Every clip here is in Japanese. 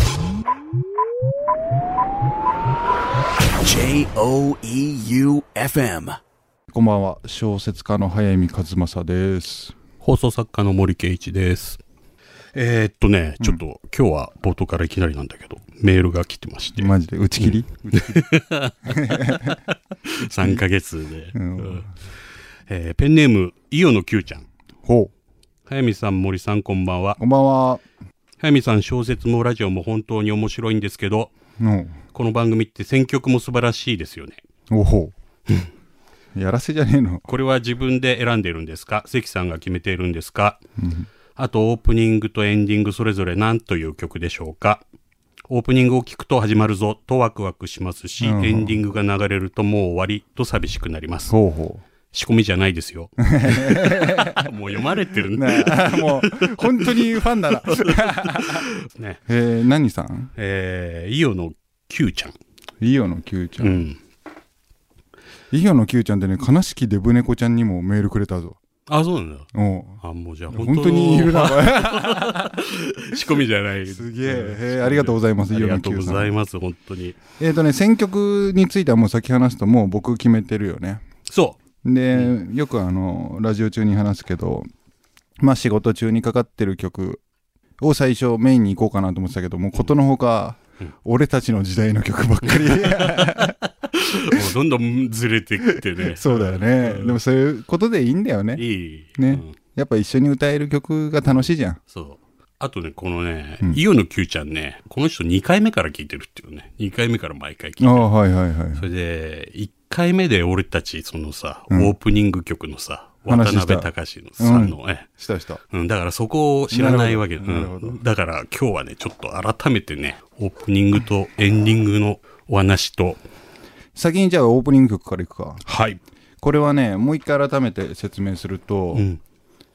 E J-O-E-U-F-M こんばんは小説家の早見和正です放送作家の森圭一です。えー、っとね、ちょっと今日は冒頭からいきなりなんだけど、メールが来てまして、マジで打ち切り、 3ヶ月で、んうんえーペンネーム、イオの Q ちゃん。ほ早見さん、森さん、こんばんはう。こんばんは早見さん、小説もラジオも本当に面白いんですけど、うんこの番組って選曲も素晴らしいですよね。おほうやらせじゃねえのこれは自分で選んでいるんですか関さんが決めているんですか、あとオープニングとエンディングそれぞれ何という曲でしょうかオープニングを聞くと始まるぞとワクワクしますし、うんエンディングが流れるともう終わりと寂しくなります。ほうほ仕込みじゃな いですよ。もう読まれてるうね。ねえ もう本当にファンだな ねえー、何さんえー、イオの Q ちゃん。イオの Q ちゃん、うん。イオの Q ちゃんでね悲しきデブ猫ちゃんにもメールくれたぞあ、そうなんだ。おうあ、もうじゃあ本当本当にいるな 仕込みじゃない。すげえへえありがとうございますあイりオがのとう Q ごさざいんます、本当に。えっ、とね選曲についてはもう先話すともう僕決めてるよねそで、よくあのラジオ中に話すけど、まあ、仕事中にかかってる曲を最初メインに行こうかなと思ってたけどもうことのほか、うん俺たちの時代の曲ばっ かりう。もうどんどんずれてき てね。そうだよね、うんでもそういうことでいいんだよねいい。ねうんやっぱ一緒に歌える曲が楽しいじゃんそう。あとね、このね、うんイオの Q ちゃんね、この人2回目から聞いてるっていうね。2回目から毎回聞いてある。あはいはいはいそれで、1回目で俺たち、そのさ、うんオープニング曲のさ、渡話した辺隆のさんの、えしたしたうん、だからそこを知らないわけ、なるほどうなるほんだから今日はね、ちょっと改めてね、オープニングとエンディングのお話と、先にじゃあオープニング曲からいくかはい。これはねもう一回改めて説明すると、うん。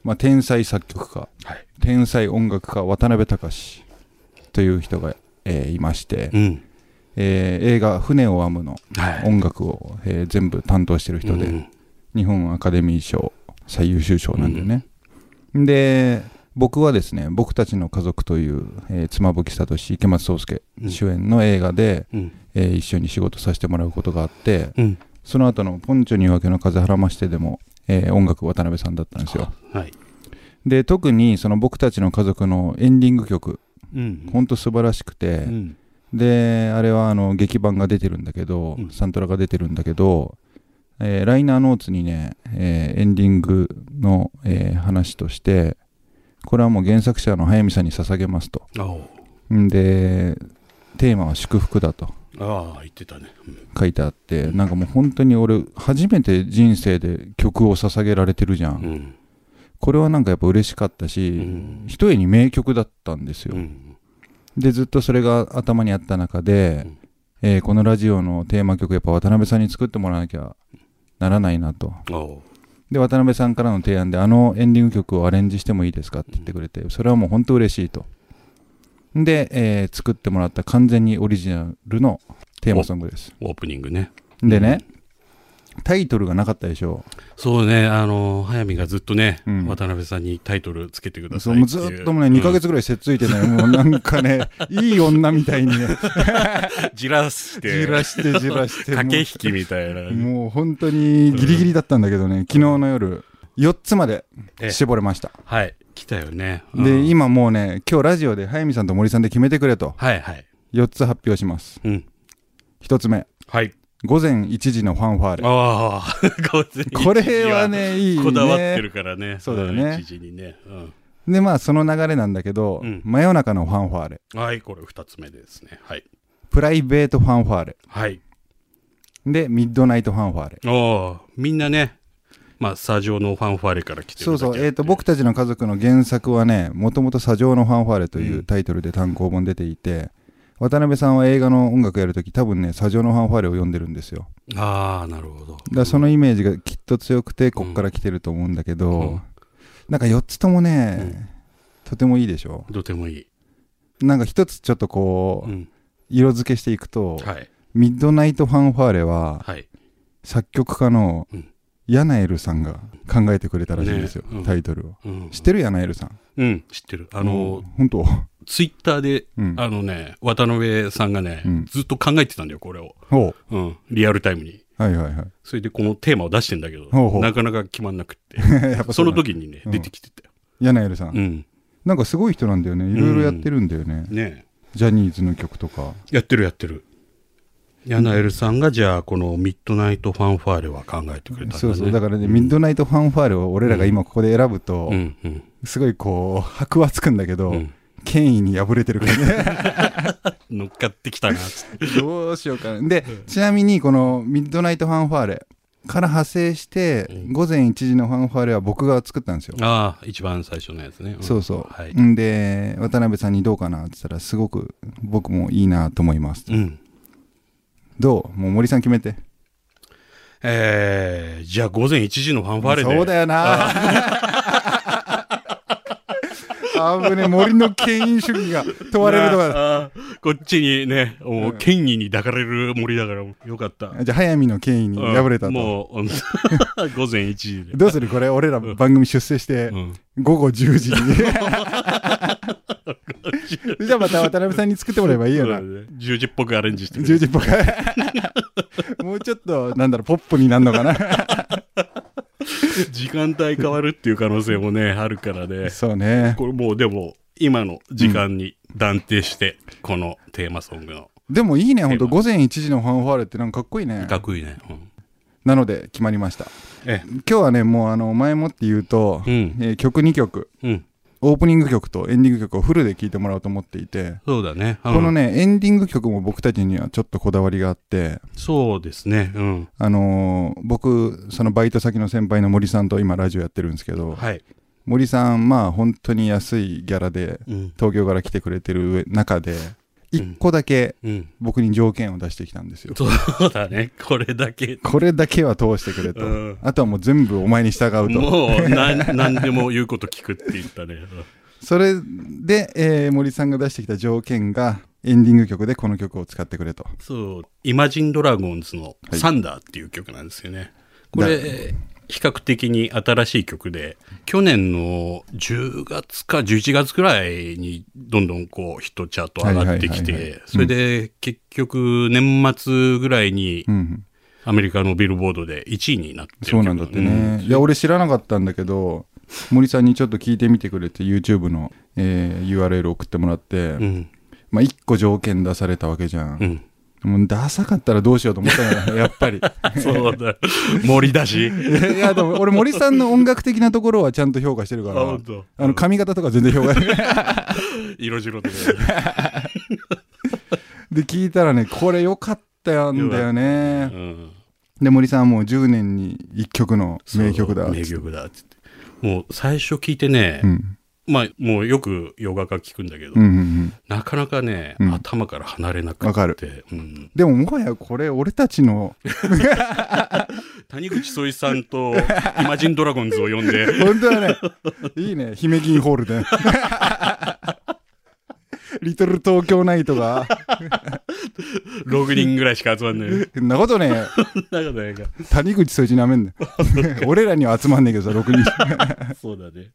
まあ、天才作曲家はい。天才音楽家渡辺隆という人が、えーいまして、うん。えー映画「船を編む」のはい。音楽を、えー全部担当してる人で、うん日本アカデミー賞最優秀賞なんだよね、で僕はですね「僕たちの家族」という、えー妻夫木聡池松壮亮うん主演の映画で、うん。えー一緒に仕事させてもらうことがあってうん。その後の「ポンチョに夜明けの風はらまして」でも、えー音楽渡辺さんだったんですよはい。で特にその僕たちの家族のエンディング曲うんほんと素晴らしくて、うん。であれはあの劇版が出てるんだけど、うんサントラが出てるんだけど、えーライナーノーツにね、えーエンディングの、えー話としてこれはもう原作者の早見さんに捧げますとあおんでテーマは祝福だとああ、言ってたね。書いてあってなんかもう本当に俺初めて人生で曲を捧げられてるじゃん、うん。これはなんかやっぱ嬉しかったし、うんひとえに名曲だったんですよ、うん。でずっとそれが頭にあった中で、うんえーこのラジオのテーマ曲やっぱ渡辺さんに作ってもらわなきゃならないなとあおで渡辺さんからの提案であのエンディング曲をアレンジしてもいいですかって言ってくれてそれはもう本当嬉しいとで、えー作ってもらった完全にオリジナルのテーマソングですオープニングね。でね、タイトルがなかったでしょそうね、あの、早見がずっとね、うん渡辺さんにタイトルつけてくださそいうていもうう。ずっともうね2ヶ月。月ぐらいせっついてね、もうなんか ねいい女みたいにねじらしじて、らしてじらしてもう駆け引きみたいな。もう本当にギリギリだったんだけどね、昨日の夜4つまでええ絞れました、はい、来たよね。うでん今もうね今日ラジオで早見さんと森さんで決めてくれとはいはい。 4つ発表しますうん。 1つ目はい。午前1時のファンファーレああ、午前一時これは。ねいいねこだわってるからね。そうだよねん一時にね。うんでまあその流れなんだけど、うん真夜中のファンファーレはい、これ二つ目ですね。はい。プライベートファンファーレはい。でミッドナイトファンファーレおーみんなね、まあ、スタジオのファンファーレから来てるそだうけあそっう、てえー、と僕たちの家族の原作はねもともと「砂上のファンファーレ」というタイトルで単行本出ていて、渡辺さんは映画の音楽やるとき多分ね「砂上のファンファーレ」を読んでるんですよああ、なるほど。だからそのイメージがきっと強くてこっから来てると思うんだけど、うんなんか4つともね、とてもいいでしょとてもいい。なんか1つちょっとこう、うん。色付けしていくと、はい。ミッドナイトファンファーレ」ははい。作曲家のうんヤナエルさんが考えてくれたらしいんですよ、ねうんタイトルを。うん知ってるヤナエルさん。うん、知ってる。あの、本当。ツイッターで、うんあのね、渡辺さんがね、うんずっと考えてたんだよ、これを。ほうん、リアルタイムに。う。はいはいはい。それでこのテーマを出してんだけど、ほうほうなかなか決まんなくっ て。やっぱそのうなんだ。時にね、うん出てきてたよ。ヤナエルさん,、うん。なんかすごい人なんだよね。いろいろやってるんだよね。ねジャニーズの曲とか。やってるやってる。ヤナエルさんが、じゃあ、このミッドナイトファンファーレは考えてくれたんだね。そうそう。だからね、ミッドナイトファンファーレを俺らが今ここで選ぶと、うん、うん、すごいこう、箔はつくんだけど、うん権威に敗れてる感じ。 乗っかってきたな、つって。どうしようかな。で、ちなみにこのミッドナイトファンファーレから派生して、うん午前1時のファンファーレは僕が作ったんですよ。ああ、一番最初のやつね。んそうそう。はい。んで、渡辺さんにどうかなって言ったら、すごく僕もいいなと思います。うん。どうもう森さん決めて。えー、じゃあ、午前1時のファンファーレで。そうだよな。 あぶね、森の権威主義が問われるとこだ。あーこっちにね、もう、権威に抱かれる森だから、よかった。じゃあ、早見の権威に敗れたうんと。もう、うん 午前1時で。どうするこれ、俺ら番組出世してう、ん午後10時 に。 じゃあまた渡辺さんに作ってもらえばいいよな。そうだね10時っぽくアレンジしてくれ10る。時っぽく。 もうちょっと、なんだろう、ポップになるのか な。時間帯変わるっていう可能性もね、あるか らね。そうね。これもうでも、今の時間に断定して、このテーマソングの。でもいいね、ほんと。午前1時のファンファーレってなんかかっこいいねか。っこいいね。うんなので、決まりました。え今日はね、もうあの、前もって言うと、え。うん。えー曲2曲、うん。オープニング曲とエンディング曲をフルで聴いてもらおうと思っていて、そうだね。あこのね、エンディング曲も僕たちにはちょっとこだわりがあって、そうですね。うん。あのー僕、そのバイト先の先輩の森さんと今ラジオやってるんですけど、はい。森さんまあ本当に安いギャラでうん。東京から来てくれてる中で1個だけうん。僕に条件を出してきたんです よ、そうだね。これだけ。これだけは通してくれと、うんあとはもう全部お前に従うともう、なん、なんでも言うこと聞くって言ったね。それで、えー森さんが出してきた条件がエンディング曲でこの曲を使ってくれとそう、イマジンドラゴンズのいサンダーっていう曲なんですよね。こだれ、比較的に新しい曲で、去年の10月か11月くらいにどんどんこうヒットチャート上がってきはいはいはいはいて、それで結局年末ぐらいにうんアメリカのビルボードで1位になってるそうなんだってね、いや俺知らなかったんだけど森さんにちょっと聞いてみてくれて YouTube の、えー URL 送ってもらって、うん。うん。まあ1個条件出されたわけじゃん、うん。もうダサかったらどうしようと思った よ、やっぱり。そうだ。 森だし。いやいや、でも俺、森さんの音楽的なところはちゃんと評価してるかあ、ら、本当。あの髪型とか全然評価 してない。色白 で。で、聞いたらね、これ良かったんだようね。ん。で、森さんはもう10年に1曲の名曲だそっつうっ名て。曲だっつって。もう最初聞いてね、うん。まあもうよく洋画家聞くんだけど、うんうんうん。なかなかね、うん頭から離れなくわかて、うん、でも、もはやこれ、俺たち の、谷口聡一さんとイマジンドラゴンズを呼 んで、本当だね。いいね、姫銀ホールで。 リトル東京ナイトが、 6人ぐらいしか集まんない。なんかそんなことね、なんか谷口数字なめんなよ。 俺らには集まんねえけどさ、6人。そうだね。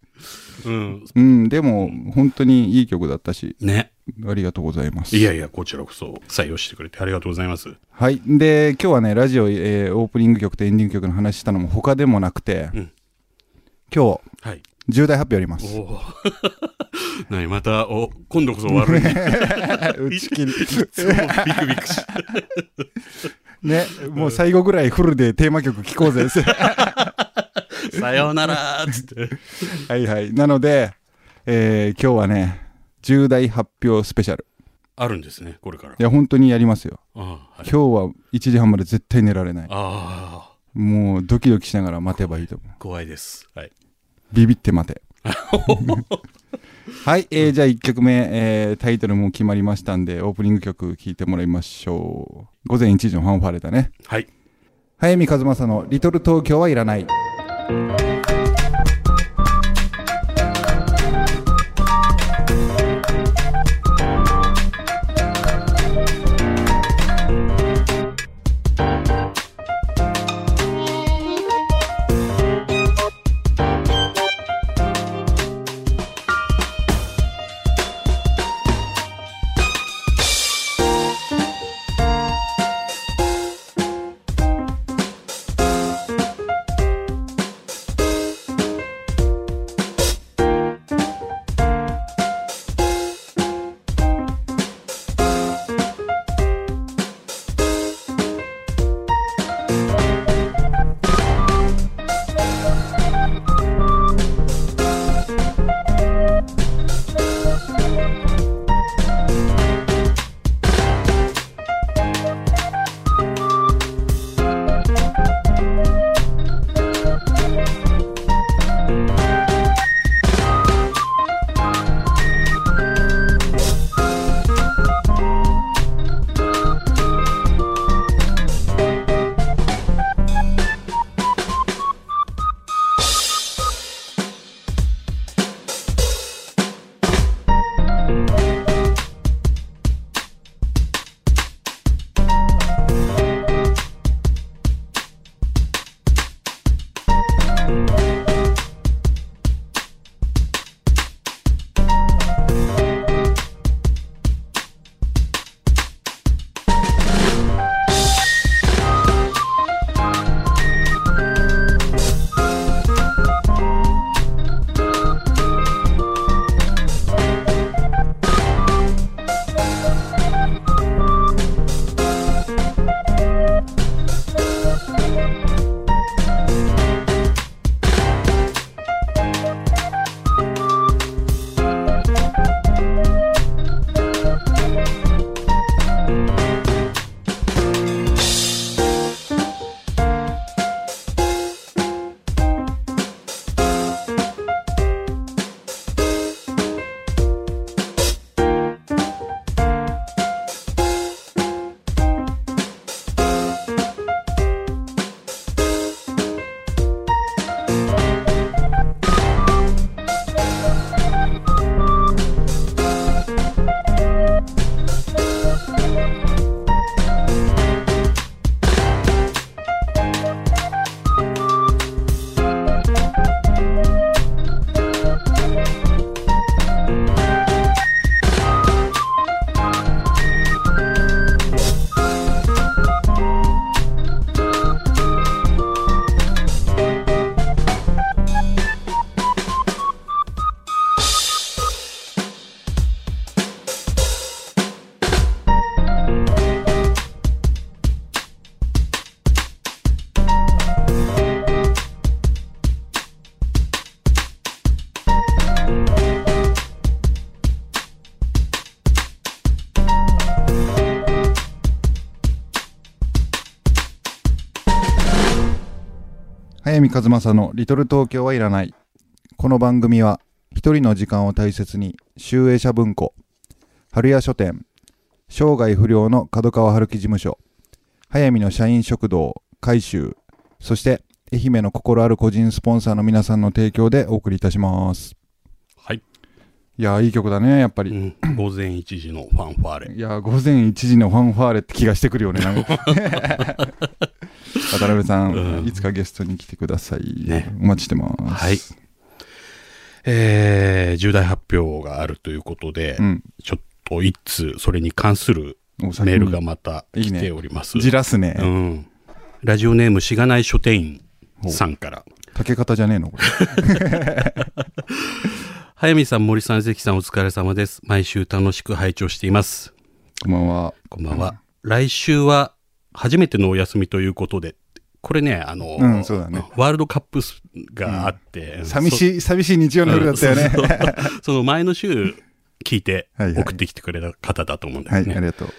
うん。うん、でも、本当にいい曲だったし、ね。ありがとうございます。いやいや、こちらこそ採用してくれてありがとうございます。はい。で、今日はね、ラジオ、えーオープニング曲とエンディング曲の話したのも他でもなくて、うん今日、はい。重大発表ありまおす。 お。なに、また、お、今度こそ終わるね。 打ち切り。いつもビクビクし。 ね、もう最後ぐらいフルでテーマ曲聴こう ぜ。さようならーっつって。はいはい。なので、えー今日はね、重大発表スペシャル。あるんですね、これから。いや、本当にやりますよ。ああ、はい、今日は1時半まで絶対寝られない。あもうドキドキしながら待てばいいと思うあ、。怖いです。はい。ビビって 待て。はい、えーじゃあ1曲目、えータイトルも決まりましたんで、オープニング曲聴いてもらいましょう。午前1時のファンファーレだね。はい。早見和正のリトル東京はいらない。 「早見和正の「リトル東京はいらない」この番組は一人の時間を大切に集英社文庫春屋書店生涯不良の角川春樹事務所早見の社員食堂改修そして愛媛の心ある個人スポンサーの皆さんの提供でお送りいたしますはい、いやーいい曲だねやっぱり、うん、午前1時のファンファーレいやー午前1時のファンファーレって気がしてくるよねなんか 渡辺さん、うんいつかゲストに来てください、ねお待ちしてますはい、えー、重大発表があるということで、うん、ちょっと一通それに関するメメールがまた来ておりますじらすね、うん、ラジオネームしがない書店員さんから竹方じゃねえのこれ早見さん森さん関さんお疲れ様です毎週楽しく拝聴していますこんばん はこんばんは。来週は初めてのお休みということで、これね、あの、うんそうだねワールドカップがあって、寂しい寂しい日曜いの夜だったよね、その前の週聞いてはいはい送ってきてくれた方だと思うんだ はよい、ね。ありがとう。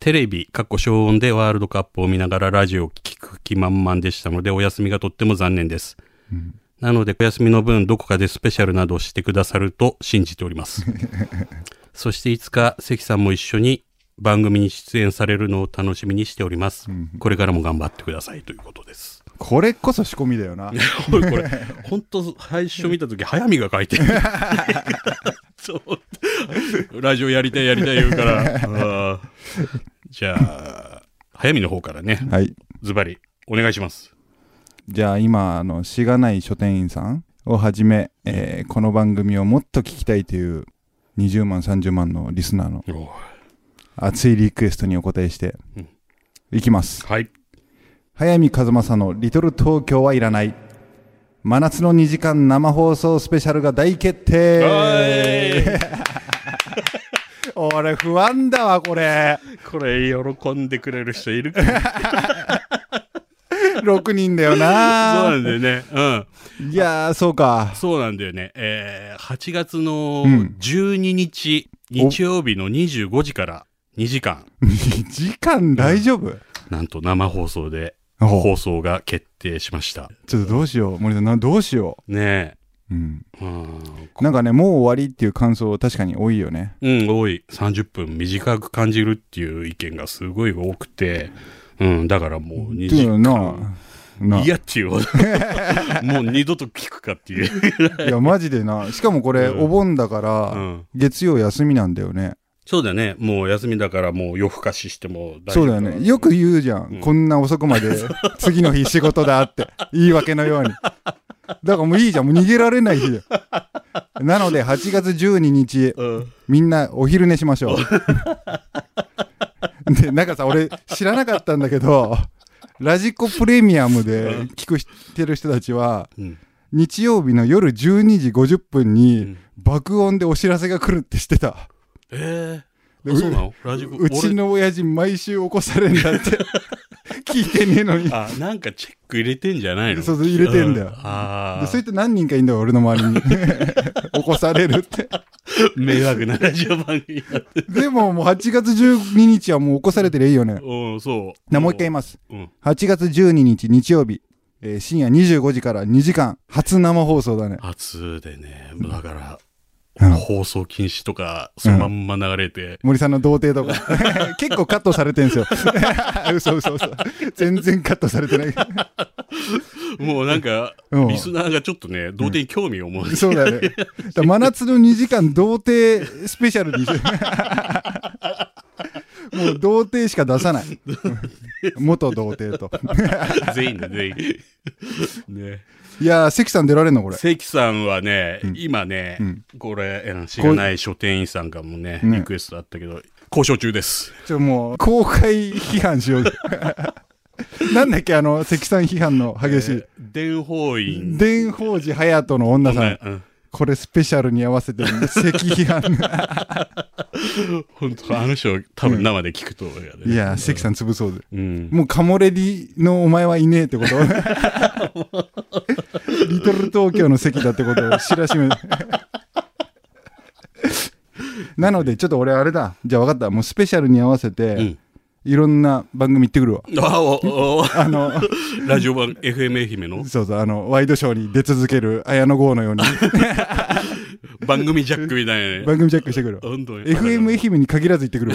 テレビ、かっこ小音でワールドカップを見ながらラジオを聞く気満々でしたので、お休みがとっても残念です。うんなので、お休みの分、どこかでスペシャルなどをしてくださると信じており ます。そして、いつか関さんも一緒に番組に出演されるのを楽しみにしております。これからも頑張ってくださいということです。これこそ仕込みだよな。 これ、これ、本当最初見たとき、早見が書 いてる。そう。ラジオやりたい、やりたい言うから。あーじゃあ、早見の方からね、はい。ズバリ、お願いします。じゃあ今、あの、しがない書店員さんをはじめ、えーこの番組をもっと聞きたいという20万、30万のリスナーの熱いリクエストにお答えしてうん、いきます。はい。早見和正のリトル東京はいらない。真夏の2時間生放送スペシャルが大決定は俺不安だわ、これ。いこれ、喜んでくれる人いるか な6人だよそうなな。んだよね。うん。いやー、そうか。そうなんだよね。えー、8月のうん12日、お日曜日の25時から2時間、 2時間大丈夫、なんと生放送でおう放送が決定しました。ちょっとどうしよう森さんなどうしよねう、うん、え。うんなんかねもう終わりっていう感想確かに多いよねうん、多い。30分短く感じるっていう意見がすごい多くて、うん、だからもう2ってい時う間。なないいやっていうほど もう二度と聞くかっ ていう。やマジでなしかもこれ、うんお盆だから、うん月曜休みなんだよねそうだね。もう休みだからもう夜更かししても大丈そ夫うだよねよく言うじゃん、んこんな遅くま で次の日仕事だって言い訳のようにだからもういいじゃんもう逃げられない日だよなので8月12日うん。みんなお昼寝しま しょう。で、なんかさ、俺知らなかったんだけど、ラジコプレミアムで聞くしてる人たちは、うん。日曜日の夜12時50分うにん爆音でお知らせが来るって知ってた。ええでそうなのラジコうちの親父毎週起こされるんだ って。聞いてねえのに。俺あなんかチェック入れてんじゃないのそうそう入れてんだようあであそういった何人かいるんだよ、俺の周り に。起こされるって。迷惑なラジオ番組やってるでももう8月12日はもう起こされてりゃいいよね。うんそうなもう一回言います。うん8月12日日曜日、えー深夜25時から2時間初生放送だね初でねだから、うん放送禁止とかそのまんま流れて、森さんの童貞とか 結構カットされてんすよ 嘘嘘嘘全然カットされてないもうなんか、うんリスナーがちょっとね童貞に興味を持って、そうだねだから真夏の2時間童貞スペシャルにし もう童貞しか出さない元童貞と 全員で全員ねいやー関さん出られんのこれ関さんはね、今ね、うんこれえー知らない書店員さんからもねねリクエストあったけど交渉中ですちょもう公開批判しよう なんだっけあの関さん批判の激しい、えー伝法院伝法寺隼人の女さん、うんこれスペシャルに合わせてるんで、赤批判。本当あの人多分生で聞くと思うよね、いや、関さん潰そうで。うんもうカモレディのお前はいねえ ってことリトル東京の関だってことを知らしめ。なので、ちょっと俺あれだ。じゃあ分かった。もうスペシャルに合わせて、うんいろんな番組行ってくるわ。あおおあの、 ラジオ版 FM 愛媛のそうそう、あの、ワイドショーに出続ける綾野剛のように番組ジャックみたいなね。番組チェックしてくる。本当に FM 愛媛に限らず行ってく る。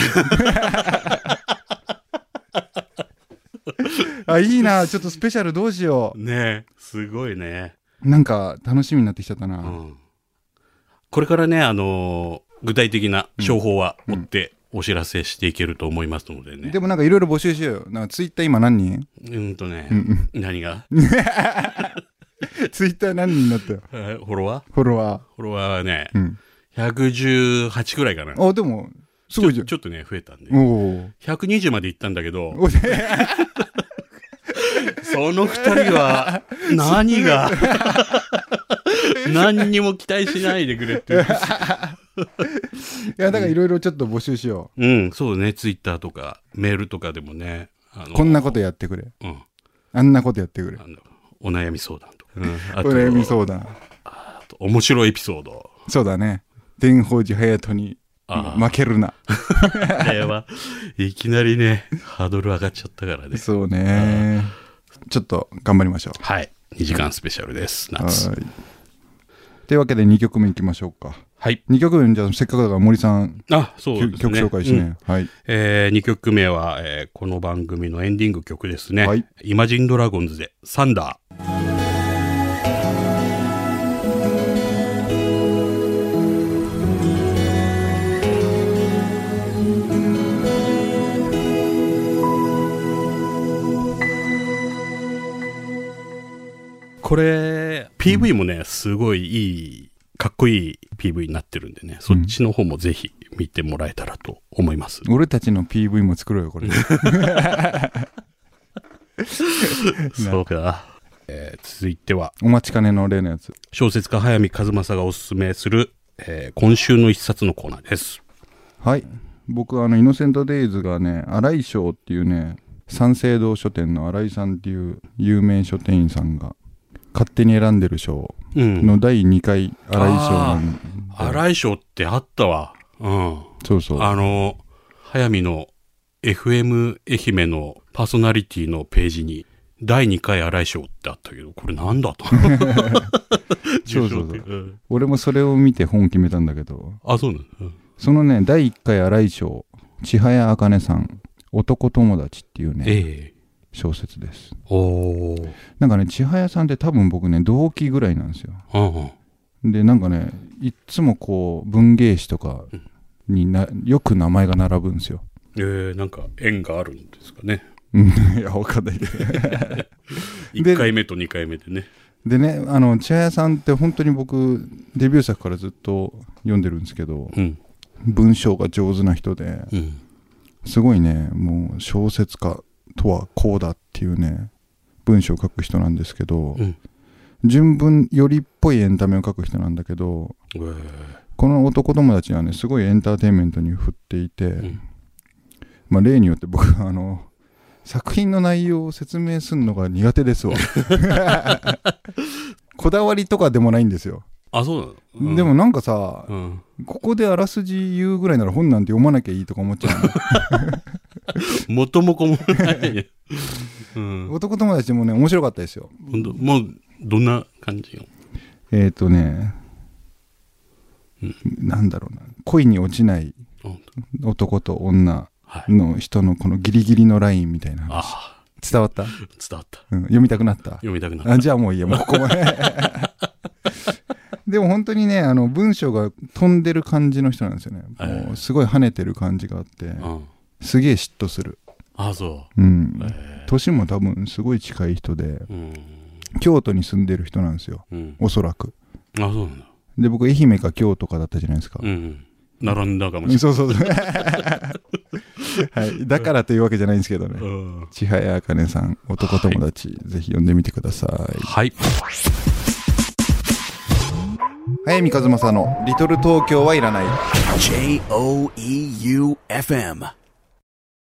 あ、いいな、ちょっとスペシャルどうしよねえすごいね。う。なんか楽しみになってきちゃったな。うんこれからね、あのー具体的な情報は追ってお知らせしていけると思いますのでね。でもなんかいろいろ募集しようよ。なんかツイッター今何 人うんとね、何が、ツイッター何人になったよ。えーフォロワ ーフォロワフォロワーはね、ー。うん。 118くらいかな。あ、でも、すごいじゃんち。ょっとね、増えたんで。おー120まで行ったんだけど、お。 その二人は、何が、何にも期待しないでくれっていう。いや、だからいろいろちょっと募集しようん、そうね、ツイッターとか、メールとかでもね、あう。のこんなことやってくれ。うん、あんなことやってくれ。あのお悩み相談とか、うん、あおと悩み相談。あと面白いエピソード。そうだね。天宝寺隼人にあ負けるな。あれは、いきなりね、ハードル上がっちゃったからね。そうね。ちょっと頑張りましょう。はい、2時間スペシャルです、夏。はい。というわけで2曲目いきましょうか。はい。 2曲目、じゃあせっかくだから森さん、あ、そうですね。曲紹介してね。うんはい。え2曲目は、えーこの番組のエンディング曲ですね。はいイマジンドラゴンズで、サンダー。これ、PV もね、すごいいい、かっこいい PV になってるんでね、そっちの方もぜひ見てもらえたらと思います。俺たちの PV も作ろうよ、こ れ。そうか。えー続いては、お待ちかねの例のやつ。小説家早見和正がおすすめする、えー今週の一冊のコーナーです。はい。僕、あの、イノセントデイズがね、荒井翔っていうね、三省堂書店の荒井さんっていう有名書店員さんが、勝手に選んでる賞うん。の第2回荒井賞なんで荒井賞ってあったわ。うん。そうそう。あの、早見の FM 愛媛のパーソナリティのページに、第2回荒井賞ってあったけど、これなん だと。そうそうそう受賞ってん俺もそれを見て本決めたんだけど、あ、そうなの、うんそのね、第1回荒井賞、千早茜さん、男友達っていうね、ええ小説です。おー。なんかね、千早さんって多分僕ね、同期ぐらいなんですよ。うんうん。でなんかねいっつもこう文芸誌とかになよく名前が並ぶんですよ。えー、なんか縁があるんですかね。うんいやわかんないけど。で1回目と2回目でね。でねあの千早さんって本当に僕デビュー作からずっと読んでるんですけどうん。文章が上手な人でうん。すごいねもう小説家とはこうだっていうね文章を書く人なんですけど、うん純文よりっぽいエンタメを書く人なんだけどえーこの男友達はねすごいエンターテインメントに振っていて、んまあ、例によって僕はあの作品の内容を説明するのが苦手 ですわこだわりとかでもないんですよ、あ、そうなの、うんでも、なんかさうん。ここであらすじ言うぐらいなら本なんて読まなきゃいいとか思っちゃうの元も子もないね。うん。男友達もね面白かったですよほんともう、どんな感じよ。えっ、ー、とね、なんだろうな恋に落ちないほんと男と女はい。の人のこのギリギリのラインみたいな話ああ、伝わった、伝わった。うん、読みたくなった読みたくなった。あじゃあもういいや、もうここ まで。でも本当にね、あの文章が飛んでる感じの人なんですよね。はいもうすごい跳ねてる感じがあって、うん。すげえ嫉妬する。あそうんう。。え年も多分すごい近い人で、ーうん。京都に住んでる人なんですよ。うん。おそらく。あ、そうなんだ。で、僕、愛媛か京都かだったじゃないですか。うん。並んだかもうんしそうそうそう。 はい。だからというわけじゃないんですけどれねな。い。うん。千早茜さん、男友達、ぜひ読んでみてください。はい。早見和正の「リトル東京はいらない」 J O E U F M.